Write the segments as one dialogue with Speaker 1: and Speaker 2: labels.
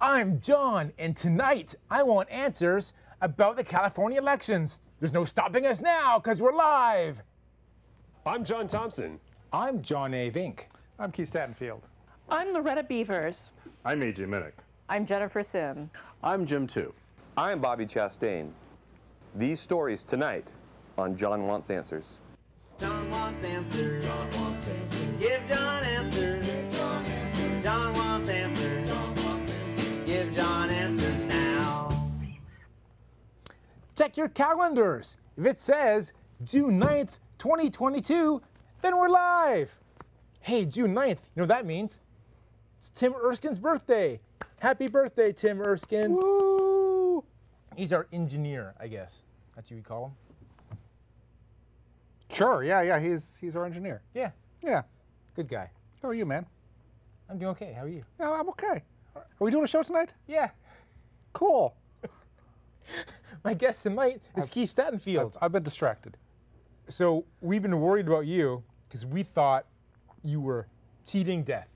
Speaker 1: I'm John, and tonight I want answers about the California elections. There's no stopping us now because we're live.
Speaker 2: I'm John Thompson.
Speaker 3: I'm John A. Vink.
Speaker 4: I'm Keith Statenfield.
Speaker 5: I'm Loretta Beavers.
Speaker 6: I'm AJ Minnick.
Speaker 7: I'm Jennifer Sim.
Speaker 8: I'm Jim Two.
Speaker 9: I'm Bobby Chastain. These stories tonight on John Wants Answers.
Speaker 10: John wants answers. John wants answers. Give John answers. Give John answers. John wants answers. John wants answers. Give John answers now.
Speaker 1: Check your calendars. If it says June 9th, 2022, then we're live. Hey, June 9th, you know what that means? It's Tim Erskine's birthday. Happy birthday, Tim Erskine. Woo! He's our engineer, I guess. That's what you would call him.
Speaker 4: Sure. Yeah, yeah. He's he's our engineer.
Speaker 1: Yeah,
Speaker 4: Yeah.
Speaker 1: good guy.
Speaker 4: How are you, man?
Speaker 1: I'm doing okay. How are you?
Speaker 4: Yeah, I'm okay. Are we doing a show tonight?
Speaker 1: Yeah.
Speaker 4: Cool.
Speaker 1: My guest tonight is Keith Statenfield.
Speaker 4: I've been distracted.
Speaker 1: so we've been worried about you because we thought you were cheating death.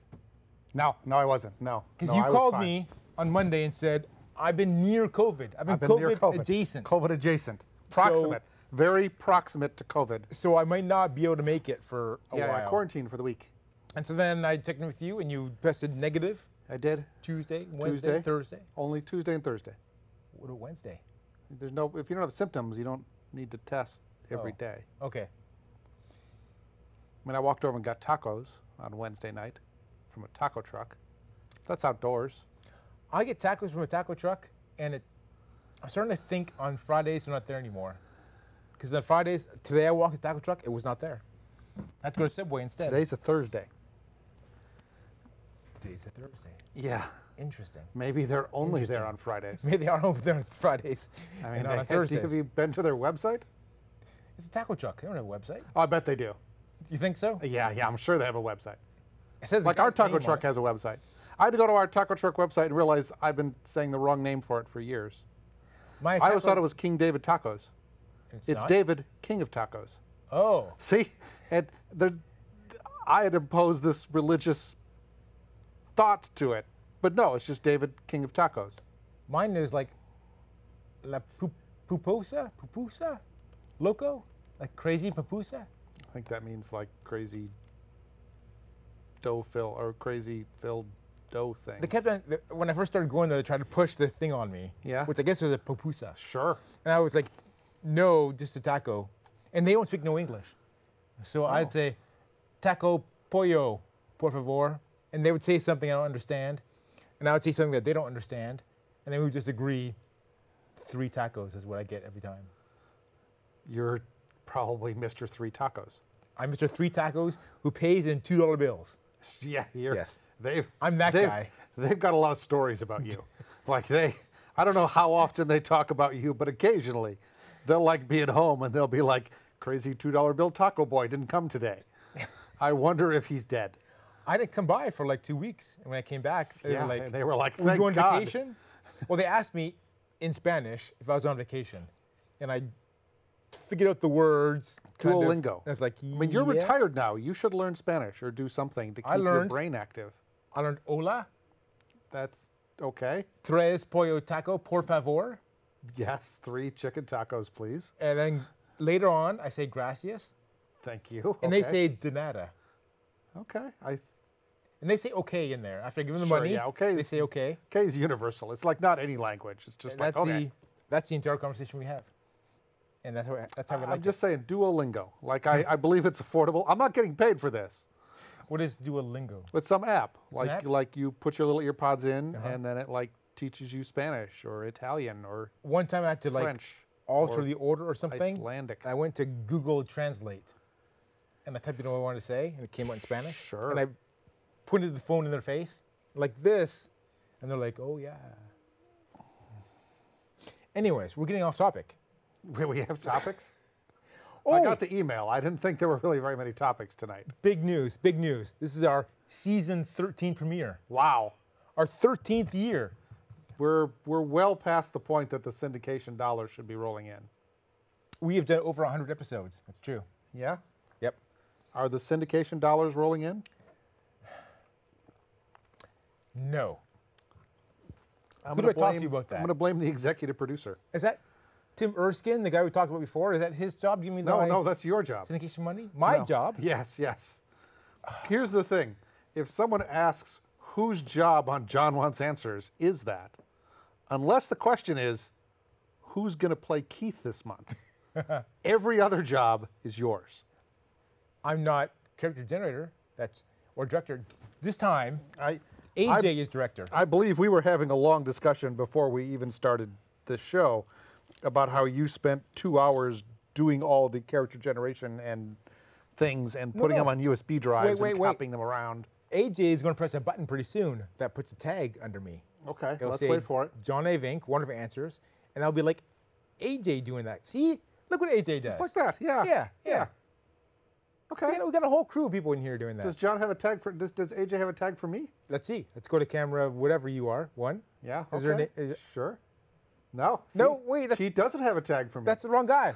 Speaker 4: No, no, I wasn't. No.
Speaker 1: Because
Speaker 4: No,
Speaker 1: you
Speaker 4: I was
Speaker 1: called
Speaker 4: fine.
Speaker 1: me on Monday and said, I've been near COVID. I've been,
Speaker 4: I've been
Speaker 1: COVID,
Speaker 4: near COVID
Speaker 1: adjacent.
Speaker 4: COVID adjacent. Proximate. Very proximate to COVID.
Speaker 1: So I might not be able to make it for a
Speaker 4: yeah,
Speaker 1: while.
Speaker 4: yeah, quarantine for the week.
Speaker 1: And so then I checked in with you and you tested negative
Speaker 4: I did.
Speaker 1: Tuesday, Wednesday,
Speaker 4: Tuesday.
Speaker 1: Thursday.
Speaker 4: Only Tuesday and Thursday.
Speaker 1: What a Wednesday.
Speaker 4: There's no. If you don't have symptoms, you don't need to test every
Speaker 1: Oh.
Speaker 4: day.
Speaker 1: Okay.
Speaker 4: I mean, I walked over and got tacos on Wednesday night from a taco truck. That's outdoors.
Speaker 1: I get tacos from a taco truck and it, I'm starting to think on Fridays they're not there anymore. Because on Fridays, today I walked the taco truck, it was not there. I had to go to Subway instead.
Speaker 4: Today's a Thursday.
Speaker 1: Today's a Thursday.
Speaker 4: Yeah.
Speaker 1: Interesting.
Speaker 4: Maybe they're only there on Fridays.
Speaker 1: Maybe they aren't over there on Fridays.
Speaker 4: I
Speaker 1: and
Speaker 4: mean,
Speaker 1: not
Speaker 4: they,
Speaker 1: on
Speaker 4: Thursdays.
Speaker 1: Thursdays.
Speaker 4: Have you been to their website?
Speaker 1: It's a taco truck. They don't have a website.
Speaker 4: Oh, I bet they do.
Speaker 1: You think so?
Speaker 4: Yeah, yeah, I'm sure they have a website.
Speaker 1: It says
Speaker 4: Like our taco truck has a website. I had to go to our taco truck website and realize I've been saying the wrong name for it for years.
Speaker 1: My
Speaker 4: I always thought it was King David Tacos.
Speaker 1: It's,
Speaker 4: It's
Speaker 1: not?
Speaker 4: David, King of Tacos.
Speaker 1: Oh,
Speaker 4: See, and there, I had imposed this religious thought to it, but no, it's just David, King of Tacos.
Speaker 1: mine is like la pu- pupusa, pupusa, loco, like crazy pupusa.
Speaker 4: I think that means like crazy dough fill or crazy filled dough thing.
Speaker 1: They kept on, th- when I first started going there, they tried to push the thing on me.
Speaker 4: Yeah.
Speaker 1: Which I guess was a pupusa.
Speaker 4: sure.
Speaker 1: And I was like, no, just a taco. And they don't speak no English. So I'd say, taco pollo, por favor. And they would say something I don't understand. And I would say something that they don't understand. And then we would just agree three tacos is what I get every time.
Speaker 4: You're probably Mr. Three Tacos.
Speaker 1: I'm Mr. Three Tacos who pays in $2 bills.
Speaker 4: Yeah, you're,
Speaker 1: Yes.
Speaker 4: They've
Speaker 1: I'm that
Speaker 4: they've-
Speaker 1: guy.
Speaker 4: They've got a lot of stories about you. like they, I don't know how often they talk about you, but occasionally, they'll like be at home and they'll be like, "Crazy two dollar bill taco boy didn't come today. I wonder if he's dead."
Speaker 1: I didn't come by for like two weeks. And when I came back, they
Speaker 4: Yeah,
Speaker 1: were like,
Speaker 4: they were like,
Speaker 1: "Were you
Speaker 4: "Thank
Speaker 1: going
Speaker 4: God."
Speaker 1: on vacation? Well, they asked me in Spanish if I was on vacation. And I figured out the words. kind of,
Speaker 4: Duolingo.
Speaker 1: and I was like,
Speaker 4: I mean, you're
Speaker 1: "Yeah."
Speaker 4: retired now. You should learn Spanish or do something to keep
Speaker 1: I
Speaker 4: your
Speaker 1: learned-
Speaker 4: brain active.
Speaker 1: I learned hola,
Speaker 4: That's okay.
Speaker 1: tres pollo taco, por favor.
Speaker 4: Yes, three chicken tacos, please.
Speaker 1: And then later on, I say gracias.
Speaker 4: Thank you.
Speaker 1: And they
Speaker 4: Okay.
Speaker 1: say de nada.
Speaker 4: okay. I
Speaker 1: And they say okay in there. After I give them the
Speaker 4: Sure,
Speaker 1: money,
Speaker 4: yeah, okay
Speaker 1: they
Speaker 4: is-
Speaker 1: say okay.
Speaker 4: okay is universal. It's like not any language. It's just
Speaker 1: And
Speaker 4: like
Speaker 1: that's,
Speaker 4: okay.
Speaker 1: the, that's the entire conversation we have. And that's how, that's how we like
Speaker 4: I'm
Speaker 1: it.
Speaker 4: just saying Duolingo. Like I, I believe it's affordable. I'm not getting paid for this.
Speaker 1: What is Duolingo?
Speaker 4: It's some app.
Speaker 1: an
Speaker 4: like
Speaker 1: app? Uh-huh.
Speaker 4: like you put your little earpods in and then it like teaches you Spanish or Italian or
Speaker 1: One time I had to like
Speaker 4: French
Speaker 1: alter
Speaker 4: or
Speaker 1: the order or something.
Speaker 4: Icelandic.
Speaker 1: and I went to Google Translate and I typed in what I wanted to say and it came out in Spanish.
Speaker 4: Sure.
Speaker 1: And I pointed the phone in their face like this and they're like, oh yeah. Anyways, we're getting off topic.
Speaker 4: Wait, we have topics?
Speaker 1: Oh,
Speaker 4: I got the email. I didn't think there were really very many topics tonight.
Speaker 1: big news, big news. This is our season 13 premiere,
Speaker 4: Wow.
Speaker 1: our 13th year.
Speaker 4: We're we're well past the point that the syndication dollars should be rolling in.
Speaker 1: We have done over 100 episodes. That's true.
Speaker 4: Yeah?
Speaker 1: Yep.
Speaker 4: Are the syndication dollars rolling in?
Speaker 1: No. Who
Speaker 4: I'm
Speaker 1: do
Speaker 4: gonna
Speaker 1: I talk to
Speaker 4: blame-
Speaker 1: you about that?
Speaker 4: I'm going to blame the executive producer.
Speaker 1: Is that Tim Erskine, the guy we talked about before? Is that his job? Give me
Speaker 4: No,
Speaker 1: my
Speaker 4: no, that's your job.
Speaker 1: syndication money. My
Speaker 4: No.
Speaker 1: job.
Speaker 4: Yes, yes. Here's the thing if someone asks whose job on John Wants Answers is that, unless the question is who's going to play Keith this month, every other job is yours.
Speaker 1: I'm not character generator. That's or director. This time,
Speaker 4: I,
Speaker 1: AJ
Speaker 4: I-
Speaker 1: is director.
Speaker 4: I believe we were having a long discussion before we even started the show about how you spent two hours doing all the character generation and things and putting
Speaker 1: no.
Speaker 4: them on USB drives
Speaker 1: wait,
Speaker 4: and
Speaker 1: wait.
Speaker 4: copying them around.
Speaker 1: AJ is going to press a button pretty soon that puts a tag under me.
Speaker 4: Okay,
Speaker 1: It'll
Speaker 4: let's
Speaker 1: say,
Speaker 4: wait for it.
Speaker 1: John A. Vink, one of our answers, and I'll be like, AJ doing that. See, look what AJ does.
Speaker 4: Like that, yeah.
Speaker 1: Yeah, yeah.
Speaker 4: Okay.
Speaker 1: We got, we got a whole crew of people in here doing that.
Speaker 4: Does John have a tag for? Does, does AJ have a tag for me?
Speaker 1: Let's see. Let's go to camera, whatever you are. One.
Speaker 4: Yeah.
Speaker 1: Is there
Speaker 4: okay.
Speaker 1: an, is,
Speaker 4: sure. No.
Speaker 1: No,
Speaker 4: see,
Speaker 1: wait, that's-
Speaker 4: he doesn't have a tag for me.
Speaker 1: that's the wrong guy.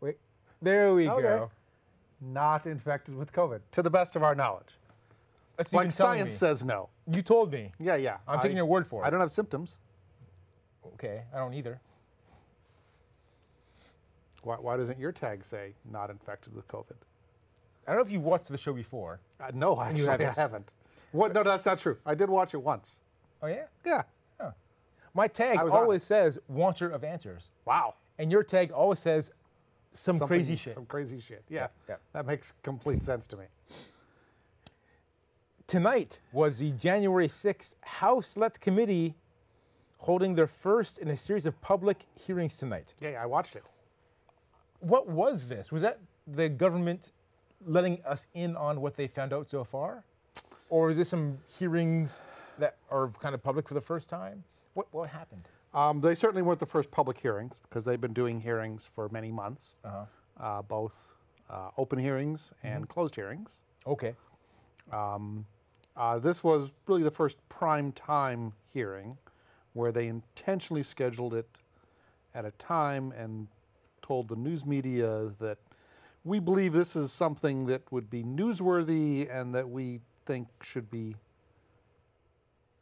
Speaker 1: Wait. There we
Speaker 4: Okay.
Speaker 1: go.
Speaker 4: not infected with COVID, to the best of our knowledge.
Speaker 1: That's
Speaker 4: like science
Speaker 1: me.
Speaker 4: says no.
Speaker 1: You told me.
Speaker 4: Yeah, yeah.
Speaker 1: I'm taking your word for
Speaker 4: I
Speaker 1: it.
Speaker 4: don't have symptoms.
Speaker 1: Okay. I don't either.
Speaker 4: Why, why doesn't your tag say not infected with COVID?
Speaker 1: I don't know if you watched the show before.
Speaker 4: Uh, no, actually, I
Speaker 1: haven't.
Speaker 4: haven't. What? No, that's not true. I did watch it once.
Speaker 1: Oh yeah.
Speaker 4: Yeah.
Speaker 1: My tag
Speaker 4: I was on
Speaker 1: always
Speaker 4: it.
Speaker 1: says "wanter of answers,"
Speaker 4: Wow.
Speaker 1: and your tag always says some
Speaker 4: Something-
Speaker 1: crazy shit.
Speaker 4: Some crazy shit. Yeah.
Speaker 1: yeah.
Speaker 4: That makes complete sense to me.
Speaker 1: Tonight was the January 6th House Select Committee holding their first in a series of public hearings tonight.
Speaker 4: Yeah, yeah I watched it.
Speaker 1: What was this? Was that the government letting us in on what they found out so far? Or is this some hearings that are kind of public for the first time? What, what happened?
Speaker 4: Um, they certainly weren't the first public hearings because they've been doing hearings for many months, uh both uh, open hearings and closed hearings.
Speaker 1: Okay.
Speaker 4: Uh, this was really the first prime time hearing where they intentionally scheduled it at a time and told the news media that we believe this is something that would be newsworthy and that we think should be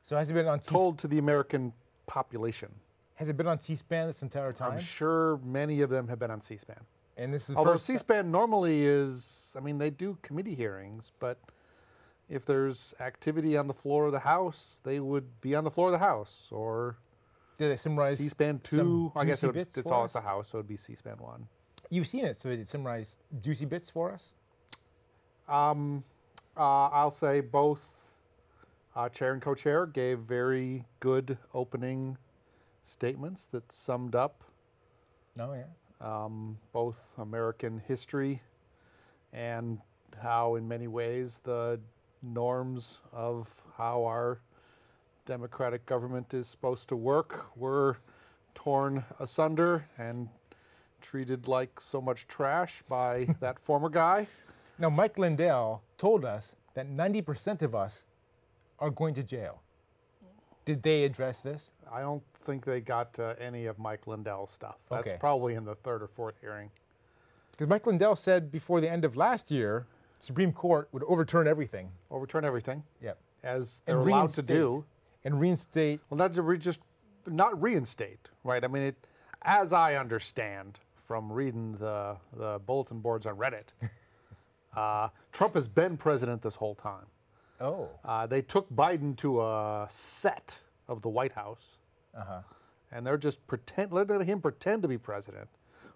Speaker 1: So has it been on T-
Speaker 4: told to the American population.
Speaker 1: has it been on T-SPAN this entire time?
Speaker 4: I'm sure many of them have been on C SPAN.
Speaker 1: and this is the
Speaker 4: Although
Speaker 1: first
Speaker 4: C-SPAN normally is, I mean, they do committee hearings, but if there's activity on the floor of the House, they would be on the floor of the House or
Speaker 1: did they summarize
Speaker 4: C-SPAN
Speaker 1: some
Speaker 4: two. I guess
Speaker 1: juicy
Speaker 4: it would,
Speaker 1: bits
Speaker 4: it's
Speaker 1: for
Speaker 4: all
Speaker 1: us?
Speaker 4: at the House, so it'd be C-SPAN one.
Speaker 1: You've seen it, so did it summarize juicy bits for us?
Speaker 4: Uh, I'll say both uh, chair and co-chair gave very good opening statements that summed up
Speaker 1: No, yeah.
Speaker 4: um, both American history and how, in many ways, the norms of how our democratic government is supposed to work were torn asunder and treated like so much trash by that former guy.
Speaker 1: Now, Mike Lindell told us that 90% of us are going to jail. Did they address this?
Speaker 4: I don't think they got to any of Mike Lindell's stuff. That's
Speaker 1: Okay.
Speaker 4: probably in the third or fourth hearing.
Speaker 1: Because Mike Lindell said before the end of last year, Supreme Court would overturn everything.
Speaker 4: Overturn everything,
Speaker 1: Yep.
Speaker 4: as they're allowed to do.
Speaker 1: And reinstate.
Speaker 4: Well, not to re- just not reinstate, right? I mean, it, as I understand from reading the the bulletin boards on Reddit, uh, Trump has been president this whole time.
Speaker 1: Oh.
Speaker 4: Uh, they took Biden to a set of the White House, and they're just pretend letting him pretend to be president,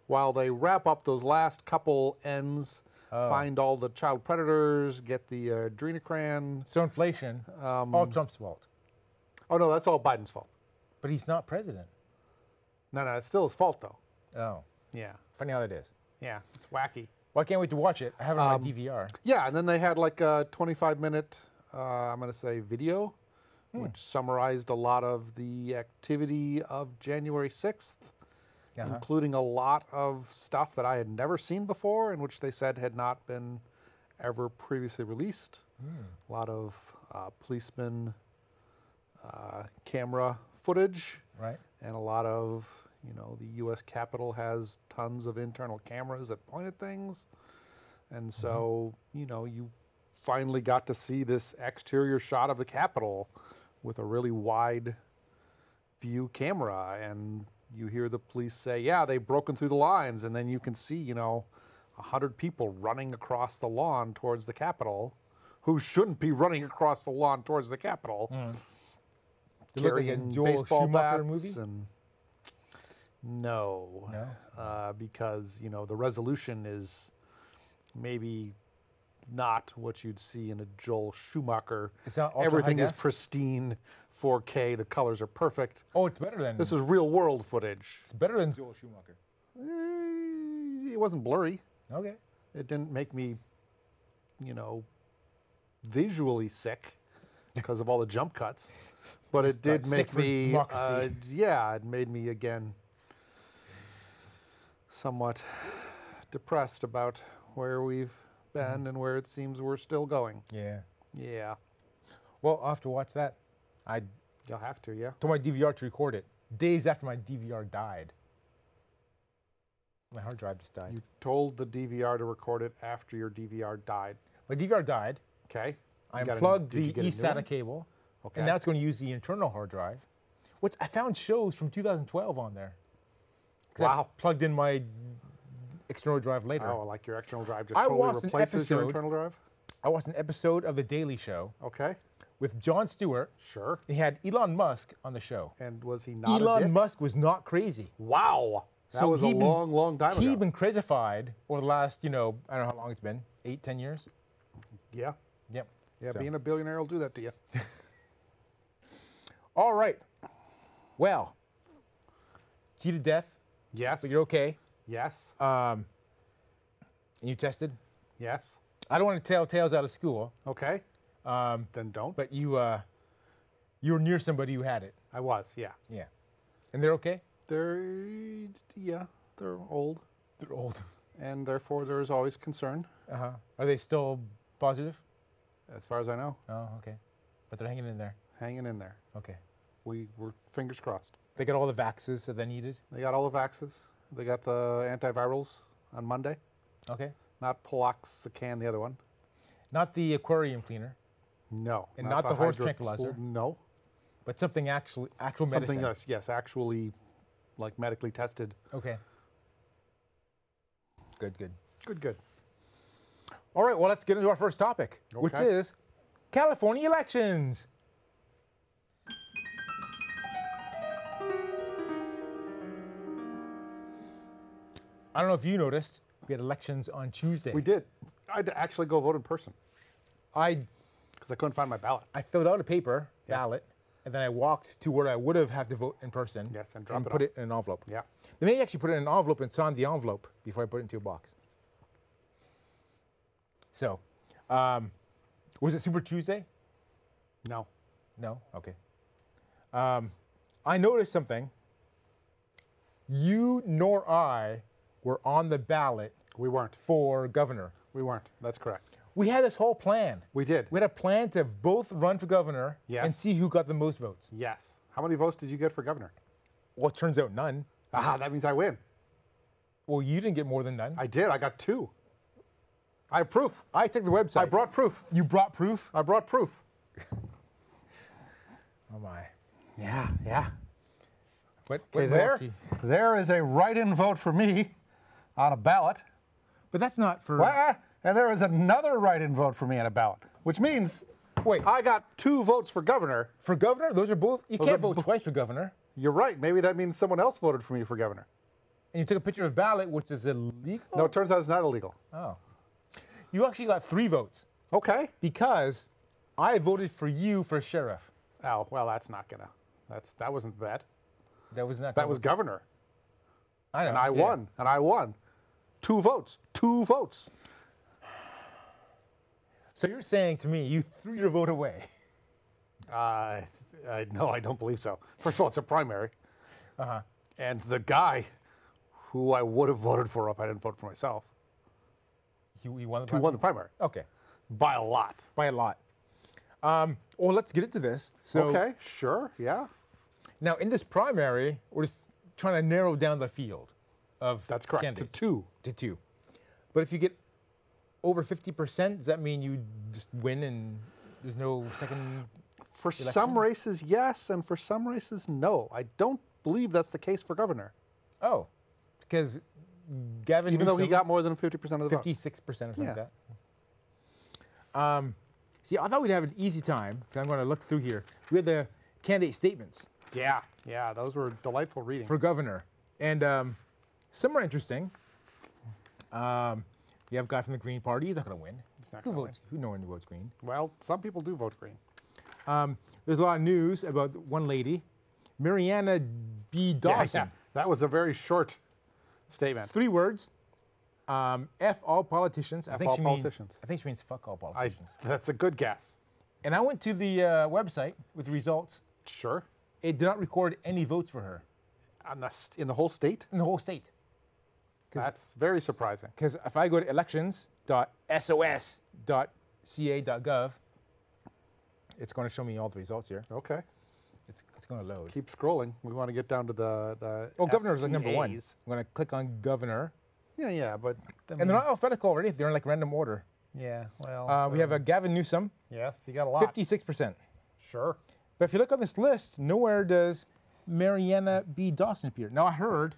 Speaker 4: while they wrap up those last couple ends, find all the child predators, get the uh, adrenochrome.
Speaker 1: So inflation,
Speaker 4: Um,
Speaker 1: all Trump's fault.
Speaker 4: Oh no, that's all Biden's fault.
Speaker 1: But he's not president.
Speaker 4: No, no, it's still his fault though.
Speaker 1: Oh.
Speaker 4: Yeah.
Speaker 1: Funny how that is.
Speaker 4: Yeah, it's wacky.
Speaker 1: Well, I can't wait to watch it. I have it
Speaker 4: Um,
Speaker 1: on my DVR.
Speaker 4: Yeah, and then they had like a 25 minute, uh, I'm going to say, video, which summarized a lot of the activity of January 6th,
Speaker 1: Uh-huh.
Speaker 4: including a lot of stuff that I had never seen before and which they said had not been ever previously released. A lot of uh, policeman uh, camera footage
Speaker 1: Right.
Speaker 4: and a lot of you know the U.S. Capitol has tons of internal cameras that point at things, and
Speaker 1: Mm-hmm.
Speaker 4: so you know you finally got to see this exterior shot of the Capitol with a really wide view camera and you hear the police say, yeah, they've broken through the lines. And then you can see, you know, a 100 people running across the lawn towards the Capitol who shouldn't be running across the lawn towards the Capitol.
Speaker 1: They Hmm. look like a
Speaker 4: carrying
Speaker 1: Joel
Speaker 4: baseball
Speaker 1: Schumacher
Speaker 4: bats
Speaker 1: movie?
Speaker 4: And no, Uh, because you know the resolution is maybe not what you'd see in a Joel Schumacher.
Speaker 1: It's not ultra high
Speaker 4: Everything is
Speaker 1: def?
Speaker 4: pristine, 4K. The colors are perfect.
Speaker 1: Oh, it's better than
Speaker 4: This is real world footage.
Speaker 1: it's better than Joel Schumacher.
Speaker 4: Eh, It wasn't blurry.
Speaker 1: Okay.
Speaker 4: It didn't make me, you know, visually sick because of all the jump cuts. But it
Speaker 1: not
Speaker 4: did
Speaker 1: sick
Speaker 4: make
Speaker 1: for
Speaker 4: me, uh,
Speaker 1: democracy.
Speaker 4: yeah, it made me again somewhat depressed about where we've been
Speaker 1: Mm-hmm.
Speaker 4: and where it seems we're still going.
Speaker 1: Yeah.
Speaker 4: Yeah,
Speaker 1: Well, I'll have to watch that. I
Speaker 4: you'll have to, yeah.
Speaker 1: told my DVR to record it days after my DVR died. My hard drive just died.
Speaker 4: You told the DVR to record it after your DVR died.
Speaker 1: my DVR died.
Speaker 4: Okay.
Speaker 1: I
Speaker 4: You got a-
Speaker 1: unplugged
Speaker 4: did you
Speaker 1: the
Speaker 4: get a new
Speaker 1: eSATA
Speaker 4: one?
Speaker 1: cable,
Speaker 4: Okay.
Speaker 1: and now it's going to use the internal hard drive, which I found shows from 2012 on there. 'Cause I
Speaker 4: Wow.
Speaker 1: plugged in my external drive later.
Speaker 4: Oh, like your external drive just
Speaker 1: I watched
Speaker 4: totally
Speaker 1: an
Speaker 4: replaces your
Speaker 1: episode-
Speaker 4: internal drive?
Speaker 1: I watched an episode of The Daily Show
Speaker 4: Okay.
Speaker 1: with Jon Stewart.
Speaker 4: Sure.
Speaker 1: He had Elon Musk on the show.
Speaker 4: And was he not a
Speaker 1: Elon
Speaker 4: dick?
Speaker 1: Musk was not crazy.
Speaker 4: Wow. That was a
Speaker 1: he'd been-
Speaker 4: long, long time
Speaker 1: He'd
Speaker 4: ago.
Speaker 1: been crazified over the last, you know, I don't know how long it's been, eight, ten years.
Speaker 4: yeah.
Speaker 1: Yep.
Speaker 4: Yeah,
Speaker 1: So-
Speaker 4: being a billionaire will do that to you.
Speaker 1: All right. Well, G to death,
Speaker 4: Yes.
Speaker 1: but you're okay.
Speaker 4: yes.
Speaker 1: Um, and you tested.
Speaker 4: yes.
Speaker 1: I don't want to tell tales out of school,
Speaker 4: Okay. Um, then don't.
Speaker 1: but you uh, you were near somebody who had it.
Speaker 4: I was, yeah.
Speaker 1: Yeah. And they're okay.
Speaker 4: They're, yeah, they're old,
Speaker 1: They're old.
Speaker 4: and therefore there is always concern,
Speaker 1: Uh huh. Are they still positive?
Speaker 4: as far as I know.
Speaker 1: Oh, okay. But they're hanging in there.
Speaker 4: Hanging in there.
Speaker 1: Okay.
Speaker 4: We were fingers crossed.
Speaker 1: They got all the vaxes that they needed.
Speaker 4: They got all the vaxes. They got the antivirals on Monday.
Speaker 1: Okay.
Speaker 4: Not Piloxicam, the other one.
Speaker 1: Not the aquarium cleaner,
Speaker 4: No.
Speaker 1: And not the horse
Speaker 4: hydro-
Speaker 1: tranquilizer?
Speaker 4: No.
Speaker 1: but something actually actual
Speaker 4: Something
Speaker 1: medicine.
Speaker 4: else, yes, actually, like medically tested.
Speaker 1: Okay. Good. Good.
Speaker 4: Good, good.
Speaker 1: All right, well, let's get into our first topic, which
Speaker 4: Okay.
Speaker 1: is California elections. I don't know if you noticed, we had elections on Tuesday.
Speaker 4: We did. I had to actually go vote in person
Speaker 1: I,
Speaker 4: because I couldn't find my ballot.
Speaker 1: I filled out a paper ballot, and then I walked to where I would have had to vote in person.
Speaker 4: Yes, and drop it
Speaker 1: put
Speaker 4: off.
Speaker 1: it in an envelope.
Speaker 4: Yeah.
Speaker 1: They may actually put it in an envelope and sign the envelope before I put it into a box. So, um, was it Super Tuesday?
Speaker 4: No.
Speaker 1: No? Okay. Um, I noticed something. You nor I were on the ballot
Speaker 4: We weren't.
Speaker 1: for governor.
Speaker 4: We weren't. That's correct.
Speaker 1: We had this whole plan.
Speaker 4: We did.
Speaker 1: We had a plan to both run for governor and
Speaker 4: Yes.
Speaker 1: see who got the most votes.
Speaker 4: yes. How many votes did you get for governor?
Speaker 1: Well, it turns out none.
Speaker 4: Ah, that means I win.
Speaker 1: Well, you didn't get more than none.
Speaker 4: I did. I got two. I have proof.
Speaker 1: I checked the website.
Speaker 4: I brought proof.
Speaker 1: You brought proof?
Speaker 4: I brought proof.
Speaker 1: Oh my.
Speaker 4: Yeah, yeah.
Speaker 1: What,
Speaker 4: Okay,
Speaker 1: what
Speaker 4: there,
Speaker 1: malarkey.
Speaker 4: there is a write-in vote for me on a ballot.
Speaker 1: But that's not for.
Speaker 4: Wah! And there is another write-in vote for me on a ballot, which means
Speaker 1: Wait.
Speaker 4: I got two votes for governor.
Speaker 1: For governor, those are both. You can't
Speaker 4: are
Speaker 1: vote
Speaker 4: bo-
Speaker 1: twice for governor.
Speaker 4: You're right. Maybe that means someone else voted for me for governor.
Speaker 1: And you took a picture of ballot, which is illegal.
Speaker 4: No, it turns out it's not illegal.
Speaker 1: Oh. You actually got three votes
Speaker 4: Okay.
Speaker 1: because I voted for you for sheriff.
Speaker 4: Oh well, that's not gonna. That's that wasn't that.
Speaker 1: That was not.
Speaker 4: That was governor,
Speaker 1: I know,
Speaker 4: and I
Speaker 1: yeah.
Speaker 4: won, and I won. Two votes. Two votes.
Speaker 1: So you're saying to me, you threw your vote away.
Speaker 4: Uh, I, no, I don't believe so. First of all, it's a primary. Uh-huh. And the guy who I would have voted for if I didn't vote for myself,
Speaker 1: You, you won the.
Speaker 4: who
Speaker 1: primary?
Speaker 4: won the primary
Speaker 1: Okay,
Speaker 4: by a lot.
Speaker 1: by a lot. Um, well, let's get into this. So
Speaker 4: okay. Sure. Yeah.
Speaker 1: now in this primary, we're just trying to narrow down the field of
Speaker 4: That's correct.
Speaker 1: candidates
Speaker 4: To two.
Speaker 1: to two. But if you get over 50%, does that mean you just win and there's no second
Speaker 4: For some races, yes, and for some races, no. I don't believe that's the case for governor,
Speaker 1: Oh, because Gavin
Speaker 4: even though he
Speaker 1: Newsom-
Speaker 4: got more than 50% of the vote.
Speaker 1: fifty-six percent or something
Speaker 4: Yeah.
Speaker 1: like that. Um, see, I thought we'd have an easy time. 'cause I'm going to look through here. We had the candidate statements
Speaker 4: Yeah, yeah, those were delightful reading.
Speaker 1: for governor, and um, some are interesting. Um, you have a guy from the Green Party. He's not going to win.
Speaker 4: not
Speaker 1: who
Speaker 4: gonna
Speaker 1: votes? Who no one votes Green?
Speaker 4: well, some people do vote green.
Speaker 1: Um, there's a lot of news about one lady, Mariana B. Dawson.
Speaker 4: that was a very short statement.
Speaker 1: Three words. Um, F all politicians. I think
Speaker 4: all
Speaker 1: she
Speaker 4: politicians.
Speaker 1: means. I think she means fuck all
Speaker 4: I,
Speaker 1: politicians.
Speaker 4: that's a good guess.
Speaker 1: and I went to the uh, website with the results.
Speaker 4: Sure.
Speaker 1: it did not record any votes for her
Speaker 4: On the st- in the whole state?
Speaker 1: in the whole state.
Speaker 4: That's very surprising.
Speaker 1: Because if I go to elections.sos.ca.gov, it's going to show me all the results here.
Speaker 4: Okay.
Speaker 1: It's, it's going to load.
Speaker 4: Keep scrolling. We want to get down to the. the
Speaker 1: oh, governor is like number one. I'm
Speaker 4: SEAs.
Speaker 1: going to click on governor.
Speaker 4: Yeah, yeah, but. I
Speaker 1: And
Speaker 4: mean,
Speaker 1: they're not alphabetical already, they're in like random order.
Speaker 4: yeah, well.
Speaker 1: Uh, we have a Gavin Newsom,
Speaker 4: yes, you got a lot.
Speaker 1: 56%.
Speaker 4: Sure.
Speaker 1: But if you look on this list, nowhere does Mariana B. Dawson appear. Now, I heard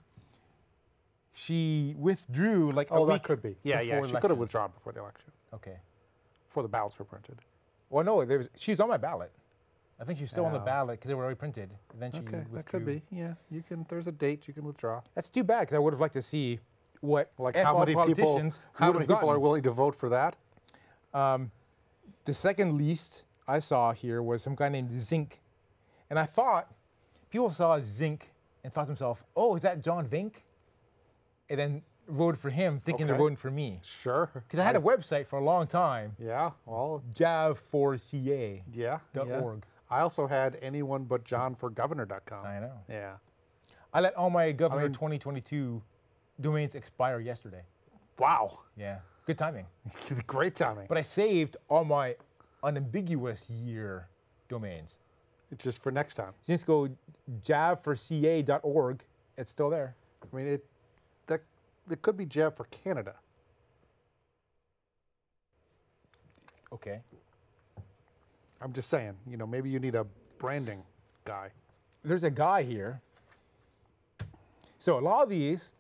Speaker 1: she withdrew like a
Speaker 4: Oh,
Speaker 1: week
Speaker 4: that could be. Yeah, yeah.
Speaker 1: before
Speaker 4: She could have
Speaker 1: election.
Speaker 4: withdrawn before the election,
Speaker 1: Okay.
Speaker 4: before the ballots were printed.
Speaker 1: Well, no, there was, she's on my ballot. I think she's still on the
Speaker 4: Oh.
Speaker 1: ballot because they were already printed. And then she
Speaker 4: Okay,
Speaker 1: withdrew.
Speaker 4: that could be. Yeah, you can. There's a date you can withdraw.
Speaker 1: That's too bad because I would have liked to see what
Speaker 4: Like
Speaker 1: F
Speaker 4: how
Speaker 1: all
Speaker 4: many people?
Speaker 1: politicians
Speaker 4: How
Speaker 1: would
Speaker 4: many
Speaker 1: have
Speaker 4: people are
Speaker 1: gotten.
Speaker 4: willing to vote for that?
Speaker 1: the second least I saw here was some guy named Zinc, and I thought people saw Zinc and thought to themselves, "Oh, is that John Vink?" And then voted for him, thinking they're
Speaker 4: Okay.
Speaker 1: voting for me.
Speaker 4: Sure.
Speaker 1: Because I had a website for a long time,
Speaker 4: Yeah. Well.
Speaker 1: jav4ca.
Speaker 4: Yeah.
Speaker 1: Dot
Speaker 4: yeah.
Speaker 1: org.
Speaker 4: I also had anyone but John for governor.com.
Speaker 1: I know.
Speaker 4: Yeah.
Speaker 1: I let all my Governor
Speaker 4: mean-
Speaker 1: 2022 domains expire yesterday.
Speaker 4: Wow.
Speaker 1: Yeah, good timing.
Speaker 4: Great timing.
Speaker 1: But I saved all my unambiguous year domains.
Speaker 4: Just for next time.
Speaker 1: So you just go javforca.org. It's still there.
Speaker 4: I mean, it that it could be jab for Canada.
Speaker 1: Okay.
Speaker 4: I'm just saying, you know, maybe you need a branding guy.
Speaker 1: There's a guy here. So a lot of these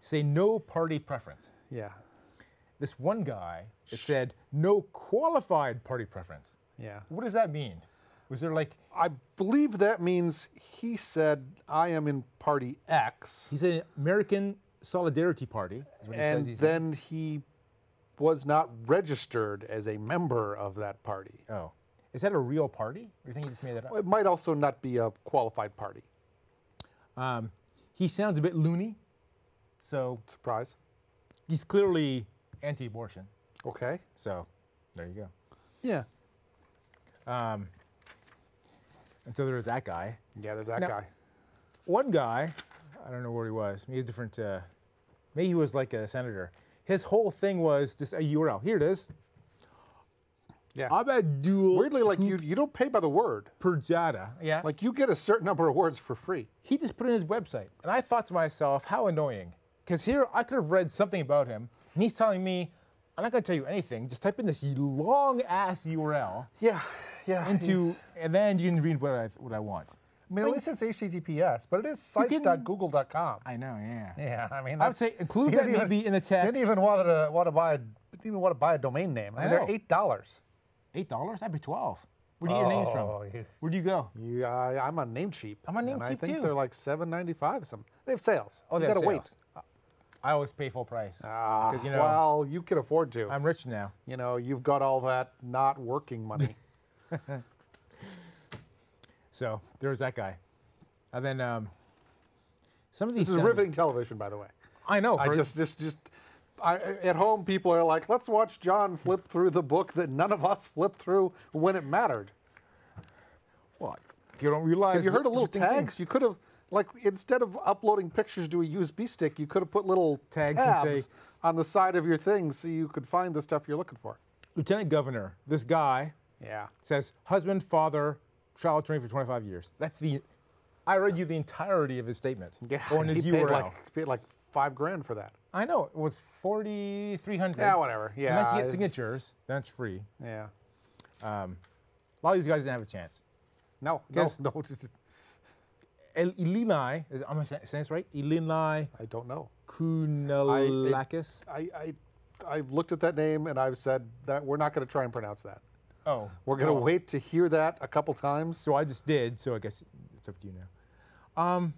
Speaker 1: say no party preference.
Speaker 4: Yeah,
Speaker 1: This one guy it said no qualified party preference.
Speaker 4: yeah.
Speaker 1: What does that mean? Was there like
Speaker 4: I believe that means he said, "I am in Party X,"
Speaker 1: he's an American Solidarity Party? Is what he says
Speaker 4: and
Speaker 1: he's in.
Speaker 4: then he was not registered as a member of that party.
Speaker 1: oh, is that a real party? Or do you think he just made that up?
Speaker 4: It might also not be a qualified party.
Speaker 1: Um, he sounds a bit loony, so
Speaker 4: Surprise.
Speaker 1: he's clearly anti-abortion.
Speaker 4: Okay.
Speaker 1: So there you
Speaker 4: Yeah.
Speaker 1: go. Um, and so there was that guy.
Speaker 4: Yeah. There's that
Speaker 1: Now-
Speaker 4: guy.
Speaker 1: One guy, I don't know where he was. Maybe he was different. Uh, maybe he was like a senator. His whole thing was just a URL. Here it is.
Speaker 4: Yeah.
Speaker 1: Abdul
Speaker 4: Weirdly, like you, you don't pay by the word.
Speaker 1: Purjada. Yeah. Like
Speaker 4: Like you get a certain number of words for free.
Speaker 1: he just put in his website, and I thought to myself, how annoying. Because here I could have read something about him, and he's telling me, I'm not going to tell you anything. Just type in this long ass URL
Speaker 4: Yeah. Yeah.
Speaker 1: into, and then you can read what I what I want.
Speaker 4: I mean, at least it's HTTPS, but it is
Speaker 1: can-
Speaker 4: sites.google.com.
Speaker 1: I know. Yeah.
Speaker 4: Yeah, I mean,
Speaker 1: I would
Speaker 4: that's-
Speaker 1: say include
Speaker 4: you
Speaker 1: that
Speaker 4: didn't even-
Speaker 1: maybe in the
Speaker 4: Didn't
Speaker 1: text.
Speaker 4: even want to want to buy a didn't even want to buy a domain name. I mean,
Speaker 1: know.
Speaker 4: they're eight dollars.
Speaker 1: Eight dollars? That'd be twelve. Where do you get your names
Speaker 4: Oh,
Speaker 1: from?
Speaker 4: you-
Speaker 1: Where do you go?
Speaker 4: Yeah, I, I'm on Namecheap.
Speaker 1: I'm on
Speaker 4: and I
Speaker 1: Namecheap,
Speaker 4: think
Speaker 1: too.
Speaker 4: they're like seven ninety five. Some Oh, they have sales. you
Speaker 1: Oh, that's
Speaker 4: gotta wait.
Speaker 1: sales. I always pay full price.
Speaker 4: Ah,
Speaker 1: you know-
Speaker 4: well, you can afford to.
Speaker 1: I'm rich now.
Speaker 4: you know, you've got all that not working money.
Speaker 1: So there was that guy. And then um, some of these.
Speaker 4: this is
Speaker 1: sound-
Speaker 4: riveting television, by the way.
Speaker 1: I know.
Speaker 4: I
Speaker 1: for-
Speaker 4: just, just, just. I, at home, people are like, "Let's watch John flip through the book that none of us flipped through when it mattered."
Speaker 1: Well, if you don't realize.
Speaker 4: Have you heard of little
Speaker 1: interesting
Speaker 4: tags?
Speaker 1: things.
Speaker 4: You could have, like, instead of uploading pictures to a USB stick, you could have put little
Speaker 1: Tags and
Speaker 4: tabs
Speaker 1: say-
Speaker 4: on the side of your thing so you could find the stuff you're looking for.
Speaker 1: Lieutenant Governor, this guy
Speaker 4: Yeah.
Speaker 1: says husband, father, trial attorney for 25 years. That's the. I read you the entirety of his statement. On his URL.
Speaker 4: he Paid like, paid like five grand for that.
Speaker 1: I know it was 4,300.
Speaker 4: Yeah, whatever.
Speaker 1: Unless
Speaker 4: Yeah,
Speaker 1: you get
Speaker 4: it's-
Speaker 1: signatures, then it's free.
Speaker 4: Yeah.
Speaker 1: A lot of these guys didn't have a chance.
Speaker 4: No, no,
Speaker 1: Guess-
Speaker 4: no.
Speaker 1: El- Illini, is- am I saying saying this right? Illini
Speaker 4: I don't know.
Speaker 1: Kounalakis.
Speaker 4: I, I, I've looked at that name and I've said that we're not going to try and pronounce that.
Speaker 1: Oh,
Speaker 4: We're going to
Speaker 1: oh.
Speaker 4: wait to hear that a couple times.
Speaker 1: So I just did. So I guess it's up to you now. Um,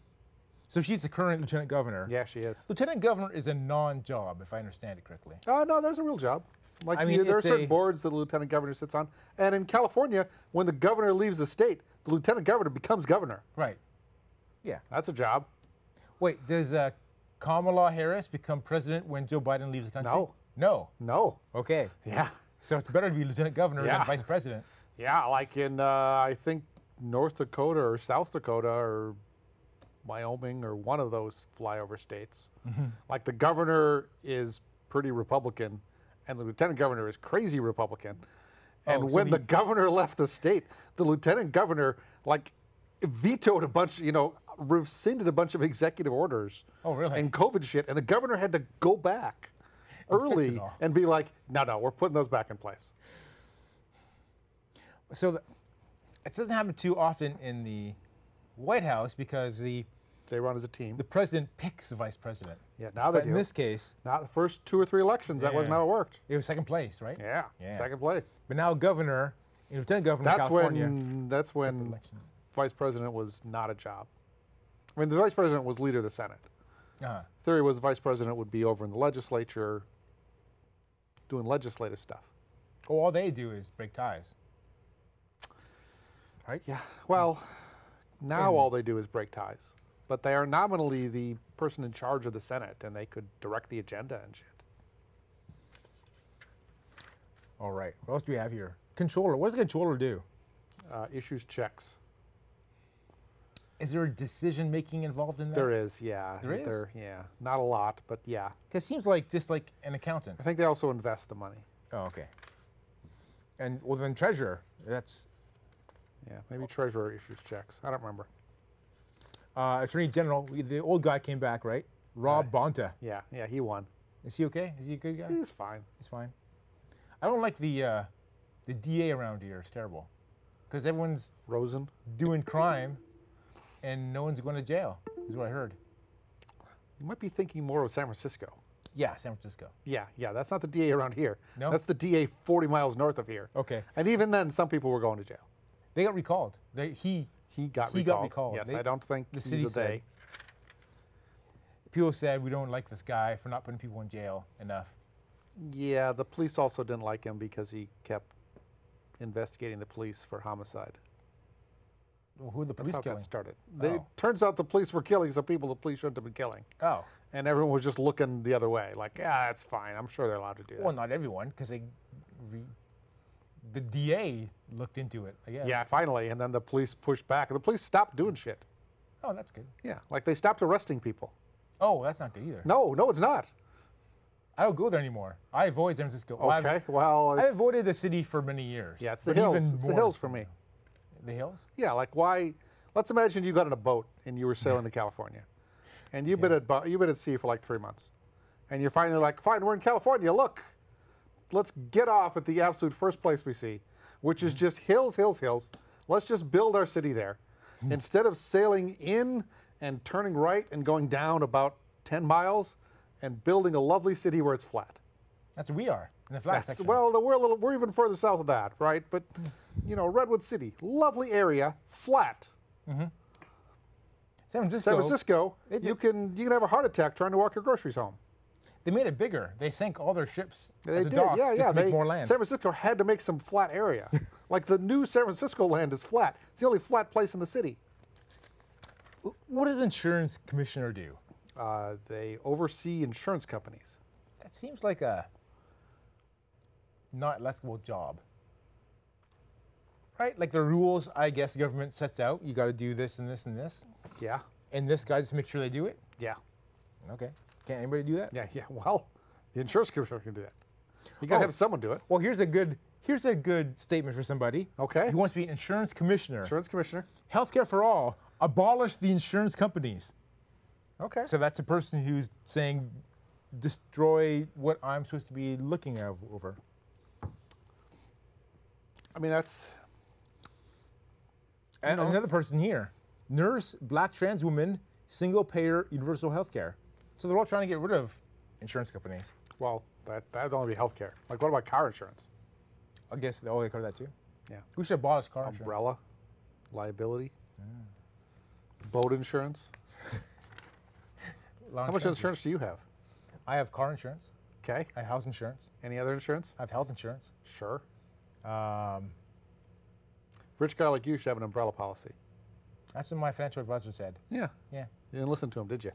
Speaker 1: so she's the current lieutenant governor.
Speaker 4: Yeah, she is.
Speaker 1: Lieutenant governor is a non-job, if I understand it correctly.
Speaker 4: Uh, no, there's a real job. Like
Speaker 1: I
Speaker 4: you-
Speaker 1: mean,
Speaker 4: there are
Speaker 1: it's
Speaker 4: certain
Speaker 1: a-
Speaker 4: boards that the lieutenant governor sits on, and in California, when the governor leaves the state, the lieutenant governor becomes governor.
Speaker 1: Right.
Speaker 4: That's a job.
Speaker 1: Wait, does uh, Kamala Harris become president when Joe Biden leaves the country?
Speaker 4: No.
Speaker 1: No.
Speaker 4: No.
Speaker 1: Okay.
Speaker 4: Yeah.
Speaker 1: So it's better to be lieutenant governor
Speaker 4: Yeah.
Speaker 1: than vice president.
Speaker 4: Yeah, like in uh, I think North Dakota or South Dakota or Wyoming or one of those flyover states.
Speaker 1: Mm-hmm.
Speaker 4: Like the governor is pretty Republican, and the lieutenant governor is crazy Republican. And
Speaker 1: Oh, so
Speaker 4: when the
Speaker 1: he-
Speaker 4: governor left the state, the lieutenant governor like vetoed a bunch, you know, rescinded a bunch of executive orders.
Speaker 1: Oh, really?
Speaker 4: And COVID shit, and the governor had to go back
Speaker 1: And fix it
Speaker 4: early
Speaker 1: all.
Speaker 4: and be like, "No, no, we're putting those back in place."
Speaker 1: So the, it doesn't happen too often in the White House because the
Speaker 4: They run as a team.
Speaker 1: the president picks the vice president.
Speaker 4: Yeah, now they
Speaker 1: But in
Speaker 4: do.
Speaker 1: this case,
Speaker 4: Not the first two or three elections. That wasn't
Speaker 1: Yeah.
Speaker 4: how it worked.
Speaker 1: it was second place, right?
Speaker 4: Yeah.
Speaker 1: Yeah.
Speaker 4: Second place.
Speaker 1: But now governor, and lieutenant governor
Speaker 4: That's
Speaker 1: of California.
Speaker 4: when that's when
Speaker 1: elections.
Speaker 4: vice president was not a job. I mean, the vice president was leader of the Senate.
Speaker 1: uh
Speaker 4: Theory was the vice president would be over in the legislature doing legislative stuff.
Speaker 1: All they do is break ties.
Speaker 4: Yeah. Well, now all they do is break ties. But they are nominally the person in charge of the Senate and they could direct the agenda and shit.
Speaker 1: All right. What else do we have here? Controller. What does the controller do?
Speaker 4: Uh, issues checks.
Speaker 1: Is there a decision making involved in that?
Speaker 4: There is, yeah.
Speaker 1: There is?
Speaker 4: yeah. Not a lot, but yeah.
Speaker 1: It seems like just like an accountant.
Speaker 4: I think they also invest the money.
Speaker 1: Oh, okay. And well, then treasurer. That's
Speaker 4: Yeah, maybe treasurer issues checks. I don't remember.
Speaker 1: uh, attorney general. We- The old guy came back, right? Rob Bonta.
Speaker 4: Yeah, yeah, he won.
Speaker 1: Is he okay? Is he a good guy?
Speaker 4: He's fine.
Speaker 1: He's fine. I don't like the uh, the DA around here. It's terrible because everyone's
Speaker 4: Rosen.
Speaker 1: doing crime, and no one's going to jail. Is what I heard.
Speaker 4: You might be thinking more of San Francisco.
Speaker 1: Yeah, San Francisco.
Speaker 4: Yeah, yeah, that's not the DA around here.
Speaker 1: No?
Speaker 4: That's the DA 40 miles north of here.
Speaker 1: Okay.
Speaker 4: And even then, some people were going to jail.
Speaker 1: They got recalled. They, he
Speaker 4: He got
Speaker 1: He
Speaker 4: recalled.
Speaker 1: got recalled.
Speaker 4: Yes,
Speaker 1: They-
Speaker 4: I don't think
Speaker 1: the
Speaker 4: he's
Speaker 1: city
Speaker 4: a
Speaker 1: said-
Speaker 4: they.
Speaker 1: people said we don't like this guy for not putting people in jail enough.
Speaker 4: Yeah, the police also didn't like him because he kept investigating the police for homicide.
Speaker 1: Well, who are the
Speaker 4: That's
Speaker 1: police
Speaker 4: how
Speaker 1: killing?
Speaker 4: that started. They,
Speaker 1: Oh.
Speaker 4: Turns out the police were killing some people the police shouldn't have been killing.
Speaker 1: Oh,
Speaker 4: And everyone was just looking the other way, like, yeah, it's fine. I'm sure they're allowed to do that.
Speaker 1: well, not everyone, because they, re, the DA looked into it. I guess.
Speaker 4: Yeah, finally. And then the police pushed back. The police stopped doing shit.
Speaker 1: Oh, that's good.
Speaker 4: Yeah. Like they stopped arresting people.
Speaker 1: Oh, that's not good either.
Speaker 4: No, no, it's not.
Speaker 1: I don't go there anymore. I avoid San Francisco. Well, I've-
Speaker 4: Okay. Well,
Speaker 1: I
Speaker 4: it's-
Speaker 1: avoided the city for many years.
Speaker 4: yeah, it's the
Speaker 1: but even
Speaker 4: hills. It's the
Speaker 1: more
Speaker 4: hills
Speaker 1: so
Speaker 4: for me.
Speaker 1: now. The hills?
Speaker 4: Yeah. Like why? Let's imagine you got on a boat and you were sailing to California, and you've been at bo- you've been at sea for like three months, and you're finally like, fine, we're in California. Look, let's get off at the absolute first place we see, which
Speaker 1: Mm.
Speaker 4: is just hills, hills, hills. Let's just build our city there.
Speaker 1: Mm.
Speaker 4: Instead of sailing in and turning right and going down about 10 miles and building a lovely city where it's flat.
Speaker 1: That's where we are in the flat
Speaker 4: That's-
Speaker 1: section.
Speaker 4: well, we're a little, we're even further south of that, right? But, you know, Redwood City, lovely area, flat.
Speaker 1: San Francisco.
Speaker 4: San Francisco,
Speaker 1: It-
Speaker 4: you
Speaker 1: it-
Speaker 4: can you can have a heart attack trying to walk your groceries home.
Speaker 1: They made it bigger. They sank all their ships
Speaker 4: They
Speaker 1: at the
Speaker 4: did,
Speaker 1: docks
Speaker 4: yeah,
Speaker 1: just
Speaker 4: yeah.
Speaker 1: to make
Speaker 4: they-
Speaker 1: more land.
Speaker 4: San Francisco had to make some flat area. like the new San Francisco land is flat. It's the only flat place in the city.
Speaker 1: what does insurance commissioner do?
Speaker 4: Uh, they oversee insurance companies.
Speaker 1: That seems like a not electable job. Right? Like the rules I guess the government sets out, you gotta do this and this and this.
Speaker 4: Yeah,
Speaker 1: And this guy just makes sure they do it?
Speaker 4: yeah,
Speaker 1: Okay. Can't anybody do that?
Speaker 4: yeah, yeah. Well, the insurance commissioner can do that. You got to
Speaker 1: Oh.
Speaker 4: have someone do it.
Speaker 1: Well here's a good here's a good statement for somebody.
Speaker 4: Okay.
Speaker 1: Who wants to be an insurance commissioner.
Speaker 4: Insurance commissioner.
Speaker 1: Healthcare for all, abolish the insurance companies.
Speaker 4: Okay.
Speaker 1: So that's a person who's saying destroy what I'm supposed to be looking of over.
Speaker 4: I mean, that's
Speaker 1: and another person here. Nurse, black trans woman, single payer, universal health care. So they're all trying to get rid of insurance companies.
Speaker 4: Well, that that'd only be healthcare. Like, what about car insurance?
Speaker 1: I guess they all cover that too.
Speaker 4: Yeah.
Speaker 1: We should abolish car insurance.
Speaker 4: Umbrella, liability, boat insurance.
Speaker 1: Long
Speaker 4: How much insurance do you have?
Speaker 1: I have car insurance.
Speaker 4: Okay.
Speaker 1: I have house insurance.
Speaker 4: Any other insurance?
Speaker 1: I have health insurance.
Speaker 4: Sure.
Speaker 1: Um,
Speaker 4: Rich guy like you should have an umbrella policy.
Speaker 1: that's what my financial advisor said.
Speaker 4: Yeah.
Speaker 1: Yeah.
Speaker 4: You didn't listen to him, did you?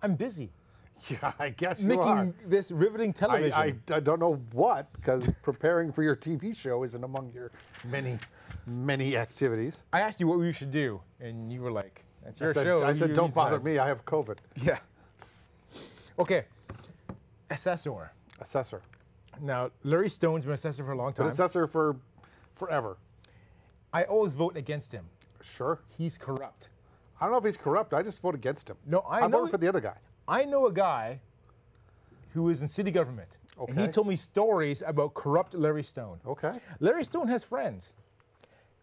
Speaker 1: I'm busy
Speaker 4: Yeah, I guess you are.
Speaker 1: making this riveting television.
Speaker 4: I, I, I don't know what, because preparing for your TV show isn't among your many, many activities.
Speaker 1: I asked you what we should do, and you were like, "That's your
Speaker 4: I said,
Speaker 1: show."
Speaker 4: I
Speaker 1: you
Speaker 4: said don't bother
Speaker 1: decide."
Speaker 4: me. I have COVID.
Speaker 1: Yeah. Okay. Assessor.
Speaker 4: Assessor.
Speaker 1: Now, Larry Stone's been assessor for a long
Speaker 4: An
Speaker 1: time.
Speaker 4: assessor for forever.
Speaker 1: I always vote against him.
Speaker 4: Sure.
Speaker 1: He's corrupt.
Speaker 4: I don't know if he's corrupt. I just vote against him.
Speaker 1: No, I
Speaker 4: I'm
Speaker 1: know
Speaker 4: voting for
Speaker 1: it-
Speaker 4: the other guy.
Speaker 1: I know a guy who is in city government, and he
Speaker 4: Okay.
Speaker 1: told me stories about corrupt Larry Stone.
Speaker 4: Okay.
Speaker 1: Larry Stone has friends.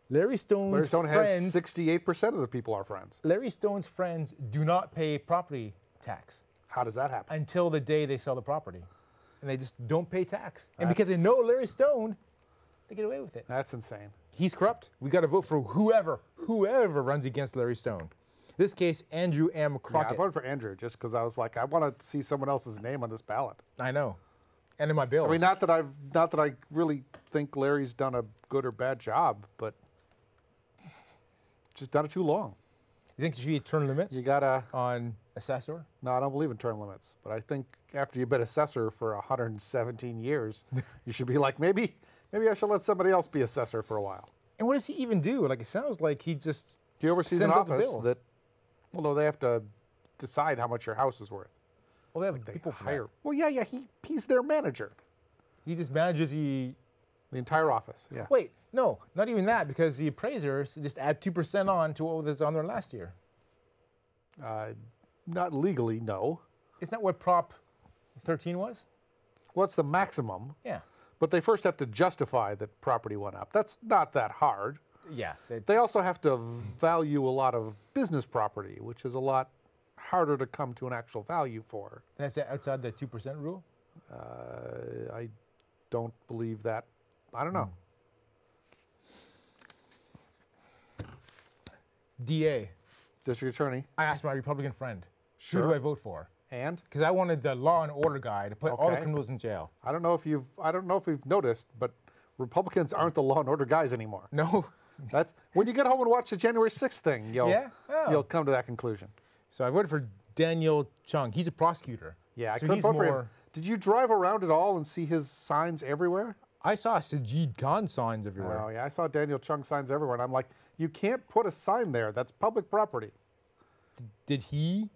Speaker 1: Larry Stone's
Speaker 4: Larry Stone
Speaker 1: friends.
Speaker 4: has 68% of the people are friends.
Speaker 1: Larry Stone's friends do not pay property tax
Speaker 4: How does that happen?
Speaker 1: until the day they sell the property, and they just don't pay tax. And because they know Larry Stone, they get away with it.
Speaker 4: That's insane.
Speaker 1: He's corrupt. We got to vote for whoever, whoever runs against Larry Stone. This case, Andrew M.
Speaker 4: Yeah,
Speaker 1: Crockett.
Speaker 4: I voted for Andrew just because I was like, I want to see someone else's name on this ballot.
Speaker 1: I know. And in my bills.
Speaker 4: I mean, not that I've not that I really think Larry's done a good or bad job, but just done it too long.
Speaker 1: you think there should be term limits
Speaker 4: You gotta.
Speaker 1: on assessor?
Speaker 4: No, I don't believe in term limits, but I think after you've been assessor for 117 years, you should be like, maybe, maybe I should let somebody else be assessor for a while.
Speaker 1: And what does he even do? Like, it sounds like he just.
Speaker 4: He oversees an
Speaker 1: Send out the
Speaker 4: office
Speaker 1: bills.
Speaker 4: that, well, no, they have to decide how much your house is worth.
Speaker 1: Well, they have
Speaker 4: They
Speaker 1: people for that.
Speaker 4: hire. Well, yeah, yeah. He he's their manager.
Speaker 1: He just manages the.
Speaker 4: The entire office. Yeah.
Speaker 1: Wait, no, not even that, because the appraisers just add 2% on to what was on there last year.
Speaker 4: Uh, not legally, no.
Speaker 1: Isn't that what Prop 13 was?
Speaker 4: Well, that's the maximum.
Speaker 1: Yeah.
Speaker 4: But they first have to justify that property went up. That's not that hard.
Speaker 1: Yeah. that-
Speaker 4: They also have to value a lot of business property, which is a lot harder to come to an actual value for.
Speaker 1: that's outside the 2% rule?
Speaker 4: Uh, I don't believe that. I don't know.
Speaker 1: DA.
Speaker 4: District attorney.
Speaker 1: I asked my Republican friend, who
Speaker 4: Sure.
Speaker 1: do I vote for?
Speaker 4: And
Speaker 1: because I wanted the law and order guy to put all the
Speaker 4: Okay.
Speaker 1: criminals in jail.
Speaker 4: I don't know if you've I don't know if you've noticed, but Republicans aren't the law and order guys anymore.
Speaker 1: No.
Speaker 4: That's when you get home and watch the January 6th thing, you'll
Speaker 1: Yeah? Oh.
Speaker 4: you'll come to that conclusion.
Speaker 1: So I voted for Daniel Chung. He's a prosecutor.
Speaker 4: Yeah, I
Speaker 1: so
Speaker 4: couldn't
Speaker 1: he's
Speaker 4: vote
Speaker 1: more.
Speaker 4: for him. Did you drive around at all and see his signs everywhere?
Speaker 1: I saw Sajid Khan signs everywhere.
Speaker 4: Oh yeah, I saw Daniel Chung signs everywhere, and I'm like, you can't put a sign there. That's public property.
Speaker 1: Did he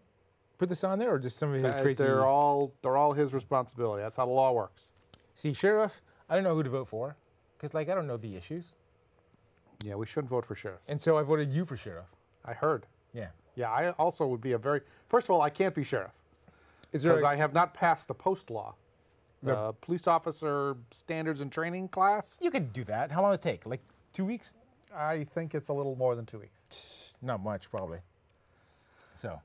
Speaker 1: put the sign there, or just some of his
Speaker 4: Uh,
Speaker 1: crazy?
Speaker 4: They're all they're all his responsibility. That's how the law works.
Speaker 1: See, sheriff, I don't know who to vote for, because like I don't know the issues,
Speaker 4: Yeah, we shouldn't vote for sheriffs.
Speaker 1: and so I voted you for sheriff.
Speaker 4: I heard.
Speaker 1: Yeah.
Speaker 4: Yeah, I also would be a very first of all, I can't be sheriff
Speaker 1: Is there?
Speaker 4: because
Speaker 1: a-
Speaker 4: I have not passed the post law, the police officer standards and training class.
Speaker 1: you could do that. How long did it take? Like two weeks?
Speaker 4: I think it's a little more than two weeks.
Speaker 1: Not much, probably. So,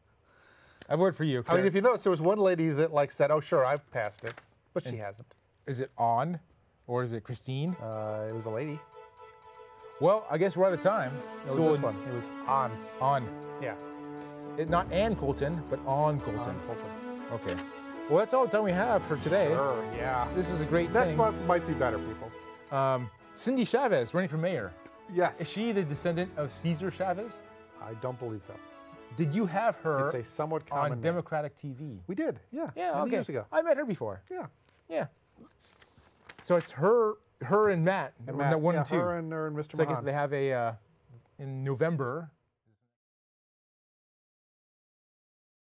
Speaker 1: I voted for you.
Speaker 4: I mean, if you notice, there was one lady that like said, "Oh, sure, I've passed it," but she hasn't.
Speaker 1: is it on, or is it Christine?
Speaker 4: Uh, it was a lady.
Speaker 1: well, I guess we're out of time.
Speaker 4: It was
Speaker 1: So
Speaker 4: this one. It was on.
Speaker 1: On.
Speaker 4: Yeah.
Speaker 1: It, not Ann Colton, but on Colton.
Speaker 4: On open.
Speaker 1: Okay. Well, that's all the time we have for today.
Speaker 4: Sure, yeah.
Speaker 1: This is a great
Speaker 4: Next
Speaker 1: thing.
Speaker 4: month might be better, people.
Speaker 1: Um, Cindy Chavez running for mayor. Is
Speaker 4: Yes.
Speaker 1: she the descendant of Cesar Chavez?
Speaker 4: I don't believe so.
Speaker 1: Did you have her
Speaker 4: It's a somewhat common.
Speaker 1: on
Speaker 4: name.
Speaker 1: Democratic TV?
Speaker 4: We did. Yeah.
Speaker 1: Yeah.
Speaker 4: many
Speaker 1: okay.
Speaker 4: Years ago.
Speaker 1: I met her before.
Speaker 4: yeah.
Speaker 1: Yeah. So it's her, her and Matt, and
Speaker 4: Matt,
Speaker 1: one
Speaker 4: yeah,
Speaker 1: and two.
Speaker 4: Her and, uh, her and Mr.
Speaker 1: so I guess
Speaker 4: Mahan.
Speaker 1: they have a uh, in November.